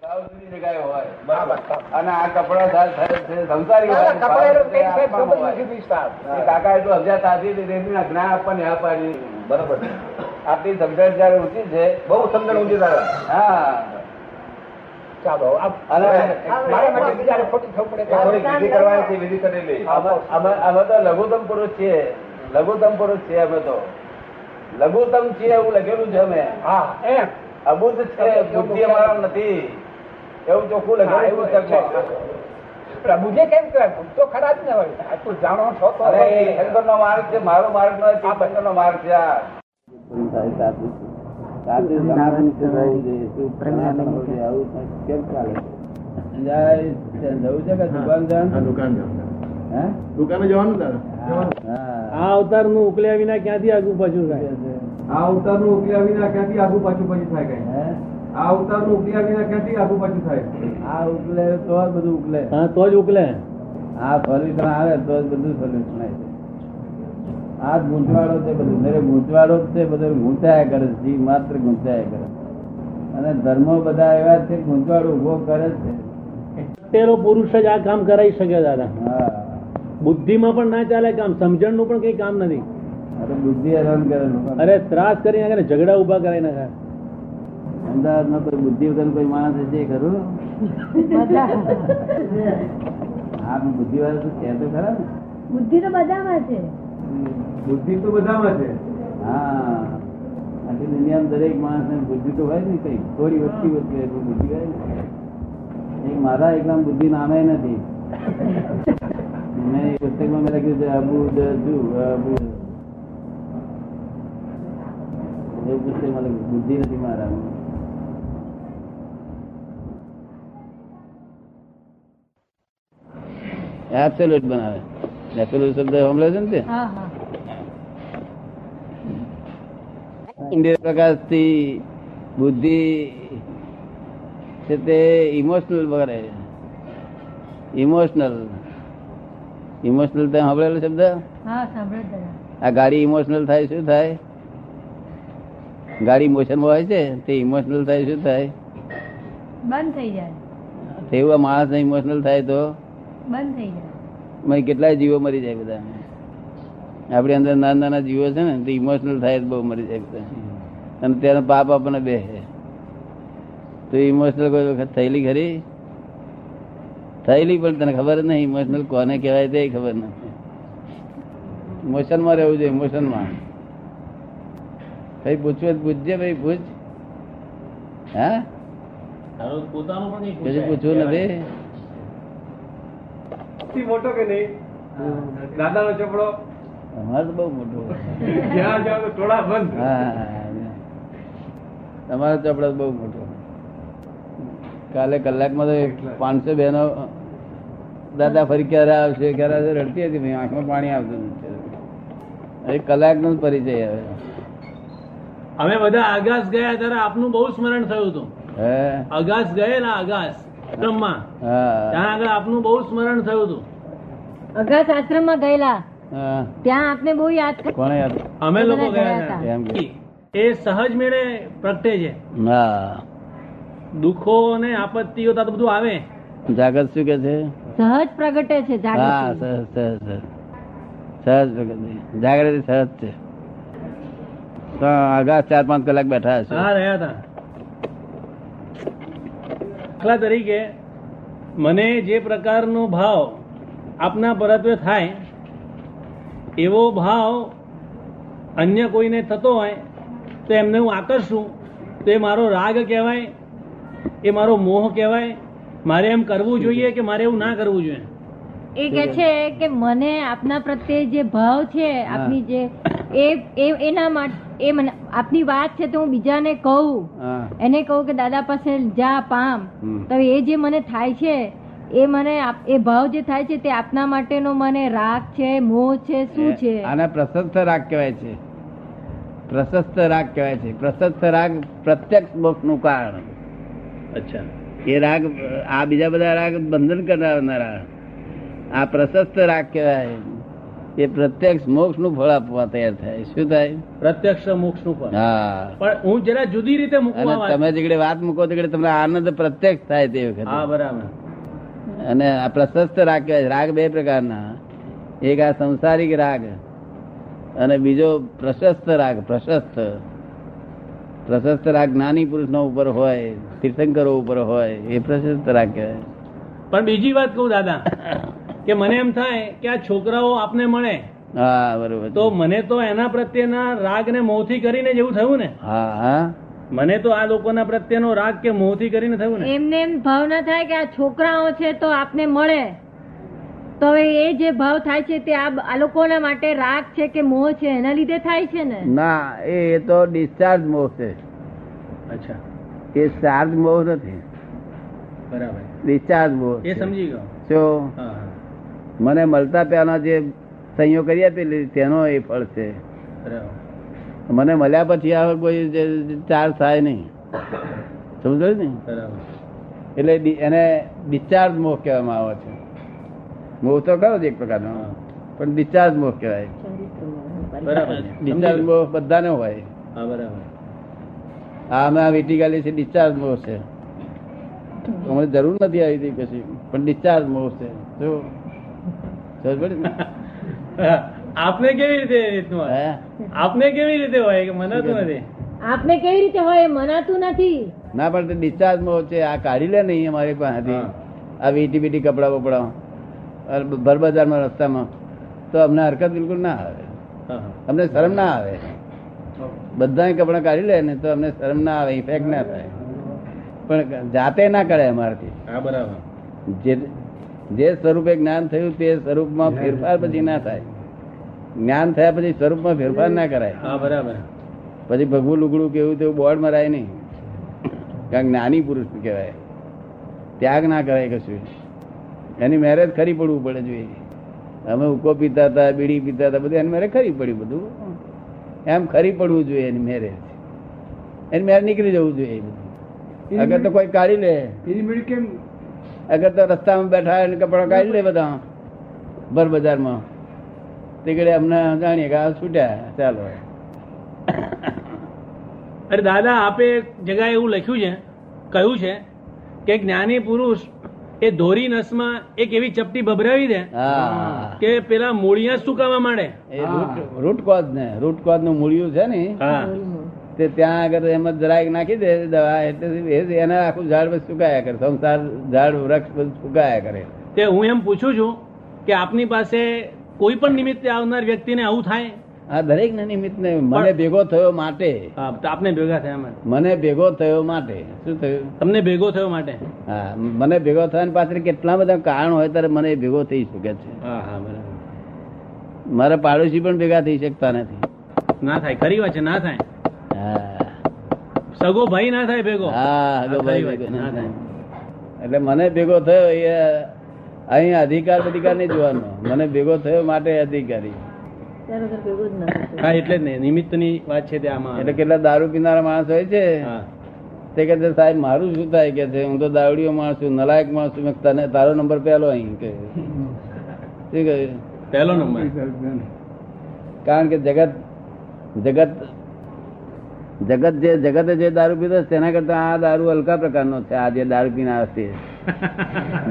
સાવ જુદી જગ્યાએ હોય બરાબર. અને આ કપડા સાહેબ સાહેબ છે, સંસારી હોય. આપવામાં હોય. એ કાકા એટલું સમજ્યા સાચી રીતે એમની આ જ્ઞાન આપણને હા પાડી બરાબર છે. આપણી સમજણ જયારે ઊંચી છે બહુ સમજણ ઊંધી તારે. હા ચાલો Ah, આ- અને eh, મારા માટે બીજાને ખોટી ખબર પડે એ થોડીક વિધિ કરવાની છે, વિધિ કરી લઈ. Ah, અમે અમે- અમે તો લઘુત્તમ પુરુષ છીએ લઘુત્તમ પુરુષ છીએ અમે તો લઘુત્તમ છીએ એવું લખેલું છે અમે હા એમ અબુદ્ધ છે બુદ્ધિ અમારા નથી એવું ચોખ્ખું હા, લખેલું એવું પુસ્તકમાં. છે. પ્રભુજે કેમ કહેવાય ભૂલ તો ખરા જ ને હોય આટલું જાણો છો તો અરે એ શંકરનો માર્ગ છે મારો માર્ગ નો આ શંકરનો માર્ગ છે આ જાય છે, જવું છે કે દુકાન જવાનું? હા, દુકાન જવાનું. હે? દુકાને જવાનું તારે હા. આ અવતાર નું ઉકલ્યા વિના ક્યાંથી આગુ પાછું થાય આ અવતાર નું ઉકલ્યા વિના ક્યાંથી આગુ પાછું પછી થાય કઈ હે? આ અવતાર નું ઉકલ્યા વિના ક્યાંથી આગુ પાછું થાય આ ઉકલે તો જ બધું ઉકલે હા તો જ ઉકલે આ સોલ્યુશન આવે તો જ બધું સોલ્યુશન આવે આ જ ગૂંચવાડો છે બધું દરેક ગૂંચવાડો જ છે બધું ગૂંચાયા કરે છે જીવ માત્ર ગૂંચાયા કરે અને ધર્મો બધા એવા છે કે ગૂંચવાડો ઉભો કરે જ છે તેનો પુરુષ જ આ કામ કરાવી શકે દાદા હા બુદ્ધિમાં પણ ના ચાલે કામ સમજણનું પણ કઈ કામ નથી અરે બુદ્ધિ હેરાન કરે લોકોને. અરે ત્રાસ કરીને આગળ ઝઘડા ઉભા કરાવી નાખે અમદાવાદમાં કોઈ બુદ્ધિ વગર કોઈ માણસ હશે ખરું હા પણ બુદ્ધિ વાળો તો છે તો ખરા ને બુદ્ધિ તો બધામાં છે બુદ્ધિ તો બધામાં છે હા આખી દુનિયામાં દરેક માણસને બુદ્ધિ તો હોય ને કઈ થોડી ઓછી ઓછી એટલું બુદ્ધિ હોય ને એ મારા એકદમ બુદ્ધિ નામે નથી મેં એ પુસ્તકમાં મેં લખ્યું છે અબુ દુ અબુ એવું પુસ્તકમાં લખ્યું બુદ્ધિ નથી મારા એબ્સોલ્યુટ બનાવે એબ્સોલ્યુટ શબ્દ સાંભળ્યો છે ને તે હા હા ઇન્દ્રિય પ્રકાશથી બુદ્ધિ છે તે ઇમોશનલ વગેરે ઇમોશનલ ઇમોશનલ તે સાંભળેલો શબ્દ હા સાંભળો જરા આ ગાડી ઇમોશનલ થાય શું થાય ગાડી મોશનમાં હોય છે તે ઇમોશનલ થાય શું થાય બંધ થઈ જાય તેવું આ માણસને ઇમોશનલ થાય તો બંધ થઈ જાય મને કેટલાય જીવો મરી જાય બધા આપણી અંદર નાના નાના જીવો છે ને તે ઇમોશનલ થાય તો બહુ મરી જાય બધા અને તેનો પાપ આપણને બે તો ઇમોશનલ કોઈ વખત થયેલી ખરી થયેલી પણ તને ખબર જ નહીં ઇમોશનલ કોને કહેવાય તે ખબર નથી ઇમોશનમાં રહેવું જોઈએ ઇમોશનમાં ભાઈ પૂછવું હોય તો પૂછજે ભાઈ પૂછ હા કશું પૂછવું નથી થી મોટો કે નહીં દાદા નો ચોપડો અમારે તો બહુ મોટું જ્યાં જાવ તો ટોળા બંધ હા. તમારો ચોપડો બહુ મોટો કાલે કલાકમાં તો પાંચસો બહેનો દાદા ફરી ક્યારે આવશે ક્યારે આવશે રડતી હતી ભાઈ આંખમાં પાણી આવતું નથી એ કલાકનો જ પરિચય હવે અમે બધા આગાસ ગયા ત્યારે આપનું બહુ સ્મરણ થયું હતું હે આગાસ ગયેલા આગાસ બ્રહ્મા હા ત્યાં આગળ આપનું બહુ સ્મરણ થયું હતું અગાસ આશ્રમમાં ગયેલા હા. ત્યાં આપને બહુ યાદ કરી કોણે યાદ અમે લોકો બધા ગયા ગયા હતા એમ કે એ સહજ મેળે પ્રગટે છે હા દુઃખો અને આપત્તિઓ તો આ બધું આવે જાગત શું કે છે સહજ પ્રગટે છે હા જાગૃતિ સહજ સહજ સહજ સહજ પ્રગતિ. જાગૃતિ સહજ છે તો આગળ ચાર પાંચ કલાક બેઠા હશે હા રહ્યા હતા દાખલા તરીકે મને જે પ્રકારનો ભાવ આપના પરત્વે થાય એવો ભાવ અન્ય કોઈને થતો હોય તો એમને હું આકર્ષું તો એ મારો રાગ કહેવાય એ મારો મોહ કહેવાય મારે એમ કરવું જોઈએ કે મારે એવું ના કરવું જોઈએ એ કે છે કે મને આપના પ્રત્યે જે ભાવ છે આપની જે એ એ એના માટે એ મને આપની વાત છે તો હું બીજાને કહું હા એને કહું કે દાદા પાસે જા પામ હમ. તો એ જે મને થાય છે એ મને આપ- એ ભાવ જે થાય છે તે આપના માટેનો મને રાગ છે મોહ છે શું છે આને પ્રશસ્ત રાગ કહેવાય છે પ્રશસ્ત રાગ કહેવાય છે પ્રશસ્ત રાગ પ્રત્યક્ષ મોક્ષનું કારણ અચ્છા એ રાગ આ બીજા બધા રાગ બંધન કરનારા આ પ્રશસ્ત રાગ કહેવાય એ પ્રત્યક્ષ મોક્ષ નું ફળ આપવા તૈયાર થાય શું થાય પ્રત્યક્ષ મોક્ષનું પણ હા પણ હું જરા જુદી રીતે મૂકવા અને વાત- તમે જેકડે વાત મૂકો તેકડે તમને આનંદ પ્રત્યક્ષ થાય તે હા વખતે બરાબર અને આ પ્રશસ્ત રાગ કહેવાય રાગ બે પ્રકારના એક આ સંસારિક રાગ અને બીજો પ્રશસ્ત રાગ પ્રશસ્ત પ્રશસ્ત રાગ જ્ઞાની પુરુષનો ઉપર હોય તીર્થંકરો ઉપર હોય એ પ્રશસ્ત રાગ કહેવાય પણ બીજી વાત કહું દાદા કે મને એમ થાય કે આ છોકરાઓ આપને મળે હા બરોબર તો મને તો એના પ્રત્યેના રાગને મોહથી કરીને જેવું થયું ને હા હા મને તો આ લોકોના પ્રત્યેનો રાગ કે મોહથી કરીને થયું ને એમને એમ ભાવ ના થાય કે આ છોકરાઓ છે તો આપને મળે તો હવે એ જે ભાવ થાય છે તે આ બ- આ લોકોના માટે રાગ છે કે મોહ છે એના લીધે થાય છે ને ના એ એ તો ડિસ્ચાર્જ મોહ છે અચ્છા એ ચાર્જ મોહ નથી બરાબર ડિસ્ચાર્જ મોહ એ છે. સમજી ગયો જો હા હા મને મળતા પહેલા જે સંયોગ કરી આપેલી તેનો એ ફળ છે બરાબર મને મળ્યા પછી આ કોઈ જે ચાર્જ થાય નહીં સમજો ને બરાબર એટલે ડી- એને ડિસ્ચાર્જ મોહ કહેવામાં આવે છે મોહ તો ખરો જ એક પ્રકારનો હા. પણ ડિસ્ચાર્જ મોહ કહેવાય બરાબર ડિસ્ચાર્જ મોહ બધાને હોય હા બરાબર આ અમે વિટીકાલી છે ડિસ્ચાર્જ મોહ છે અમને જરૂર નથી આવી હતી કશી પણ ડિસ્ચાર્જ મોહ છે જો સમજ પડી ને? હા. આપને કેવી રીતે એ રીતનું હોય? હે? આપને કેવી રીતે હોય કે મનાતું નથી આપને કેવી રીતે હોય એ મનાતું નથી ના પણ તે ડિસ્ચાર્જ મોહ છે આ કાઢી લે નહીં અમારી પાસેથી હા. આ વીટી બીટી કપડા બપડા અને ભરબજારમાં રસ્તામાં તો અમને હરકત બિલકુલ ના આવે હા, હા. અમને શરમ ના આવે બધાએ કપડાં કાઢી લે ને તો અમને શરમ ના આવે ઇફેક્ટ ના થાય પણ જાતે ના કરે અમારાથી હા બરાબર જે જે સ્વરૂપે જ્ઞાન થયું તે સ્વરૂપમાં ફેરફાર પછી ના થાય જ્ઞાન થયા પછી સ્વરૂપમાં ફેરફાર ના કરાય હા બરાબર પછી ભગવું લુગડું કેવું તેવું બોર્ડ મરાય નહીં કારણ જ્ઞાની પુરુષ કહેવાય ત્યાગ ના કરાય કશું એની મેરેજ ખરી પડવું પડે જોઈએ અમે ઉકો પીતા હતા બીડી પીતા હતા બધું એની મેરેજ ખરી પડ્યું બધું એમ ખરી પડવું જોઈએ એની મેરેજ એની મેરેજ નીકળી જવું જોઈએ એ બધું અગર તો કોઈ કાઢી લે એની મેળ કેમ અગર તો રસ્તામાં બેઠા હોય અને કપડાં કાઢી લે બધા ભર બજારમાં તે ઘડી અમને જાણીએ કે આ છૂટ્યા ચાલો અરે દાદા આપે એક જગ્યાએ એવું લખ્યું છે કહ્યું છે કે જ્ઞાની પુરુષ એ ધોરી નસમાં એક એવી ચપટી ભભરાવી દે હા કે પેલા મૂળિયા સુકાવા માંડે એ રૂટ કોઝ ને રૂટ કોઝ નું મૂળિયું છે ને હા તે ત્યાં આગળ એમ જ જરાક નાખી દે દવા એટલે એ જ એના આખું ઝાડ બધું સુકાયા કરે સંસાર ઝાડ વૃક્ષ બધું સુકાયા કરે તે હું એમ પૂછું છું કે આપની પાસે કોઈ પણ નિમિત્તે આવનાર વ્યક્તિને આવું થાય આ દરેક ને નિમિત્ત ને મને ભેગો થયો માટે હા, તો આપને ભેગા થયા માટે. મને ભેગો થયો માટે શું થયું તમને ભેગો થયો માટે હા મને ભેગો થવાની પાછળ કેટલા બધા કારણ હોય ત્યારે મને ભેગો થઈ શકે છે હા હા બરાબર મારા પાડોશી પણ ભેગા થઈ શકતા નથી ના થાય ખરી વાત છે ના થાય હા. સગો ભાઈ ના થાય ભેગો હા ના ગભાઈ થાય વાત, ભેગો. ના થાય. એટલે મને ભેગો થયો એ અહીં અધિકાર અધિકાર નહીં જોવાનો મને ભેગો થયો માટે અધિકારી હા એટલે જ ને નિમિત્તની વાત છે તે આમાં એટલે કેટલા દારૂ પીનારા માણસ હોય છે હા તે કહે છે સાહેબ મારું શું થાય કે છે હું તો દારૂડિયો માણસ છું નલાયક માણસ છું મેં તને તારો નંબર પહેલો અહીં કે શું કહ્યું પહેલો નંબર કારણ કે જગત જગત જગત જે જગતે જે દારૂ પીધો છે તેના કરતા આ દારૂ હલકા પ્રકારનો છે આ જે દારૂ પીને આવે છે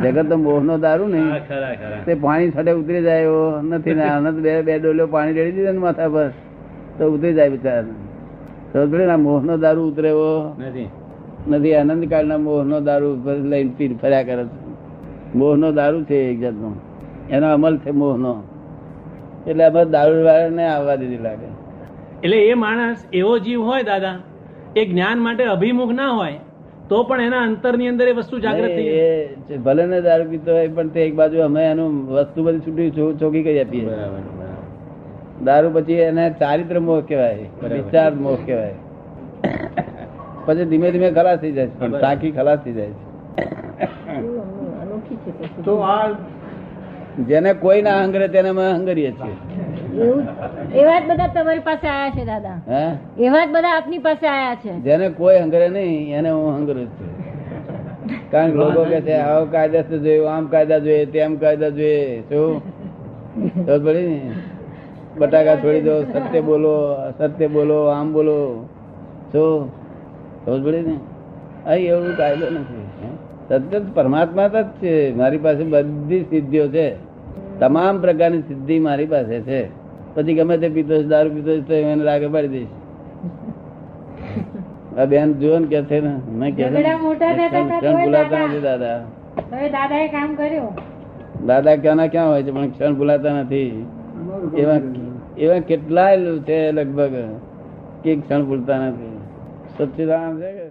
જગત તો મોહનો દારૂ ને હા ખરા ખરા તે પાણી સાથે ઉતરી જાય એવો નથી ને આનંદ બે બે ડોલીઓ પાણી રેડી દીધા ને માથા પર તો ઉતરી જાય બિચારા સમજે ને મોહનો દારૂ ઉતરે એવો નથી નથી આનંદ કાળના મોહનો દારૂ ઉપર લઈને પી ફર્યા કરે છે મોહનો દારૂ છે એક જાતનો એનો અમલ છે મોહનો એટલે અમે દારૂ વાળાને આવવા દીધી લાગે એટલે એ માણસ એવો જીવ હોય દાદા એ જ્ઞાન માટે અભિમુખ ના હોય તો પણ એના અંતરની અંદર એ વસ્તુ જાગૃત થઈ જાય. એ જે ભલે ને દારૂ પીતો હોય પણ તે એક બાજુ અમે એનું વસ્તુ બધી છૂટી છો- ચોખ્ખી કરી આપીએ બરાબર બરાબર. દારૂ પછી એને ચારિત્ર મોહ કહેવાય બરાબર. વિચાર મોહ કહેવાય પછી ધીમે ધીમે ખલાસ થઈ જાય છે પણ બરાબર. ટાંકી ખલાસ થઈ જાય તો આ છે જેને કોઈ ના હંગરે તેને અમે હંગરીએ છીએ એવું એવા જ બધા તમારી પાસે આયા છે દાદા હે એવા જ બધા આપની પાસે આયા છે જેને કોઈ હંગરે નહીં એને હું હંગરું છું કારણ કે લોકો કે છે આવો કાયદા જોયું આમ કાયદા જોઈએ તેમ કાયદા જોઈએ શું ખબર પડી ને? બટાકા છોડી દો સત્ય બોલો સત્ય બોલો આમ બોલો જો સમજ પડી ને અહીં એવું કાયદો નથી સત્ય તો પરમાત્મા જ છે મારી પાસે બધી સિદ્ધિઓ છે તમામ પ્રકારની સિદ્ધિ મારી પાસે છે પછી ગમે તે પીતો હશે, દારૂ પીતો હશે તો એને લાગે પાડી દઈશ આ બેન જુઓ ને કે છે ને મેં કે ઝઘડા મોટા થતા થતા હોય બોલાતા દાદા. નથી દાદા હવે દાદાએ કામ કર્યું દાદા ક્યાંના ક્યાં હોય છે પણ ક્ષણ ભૂલાતા નથી એવા એવા કેટલાય છે લગભગ કે ક્ષણ ભૂલતા નથી સચ્ચિદાનંદ છે કે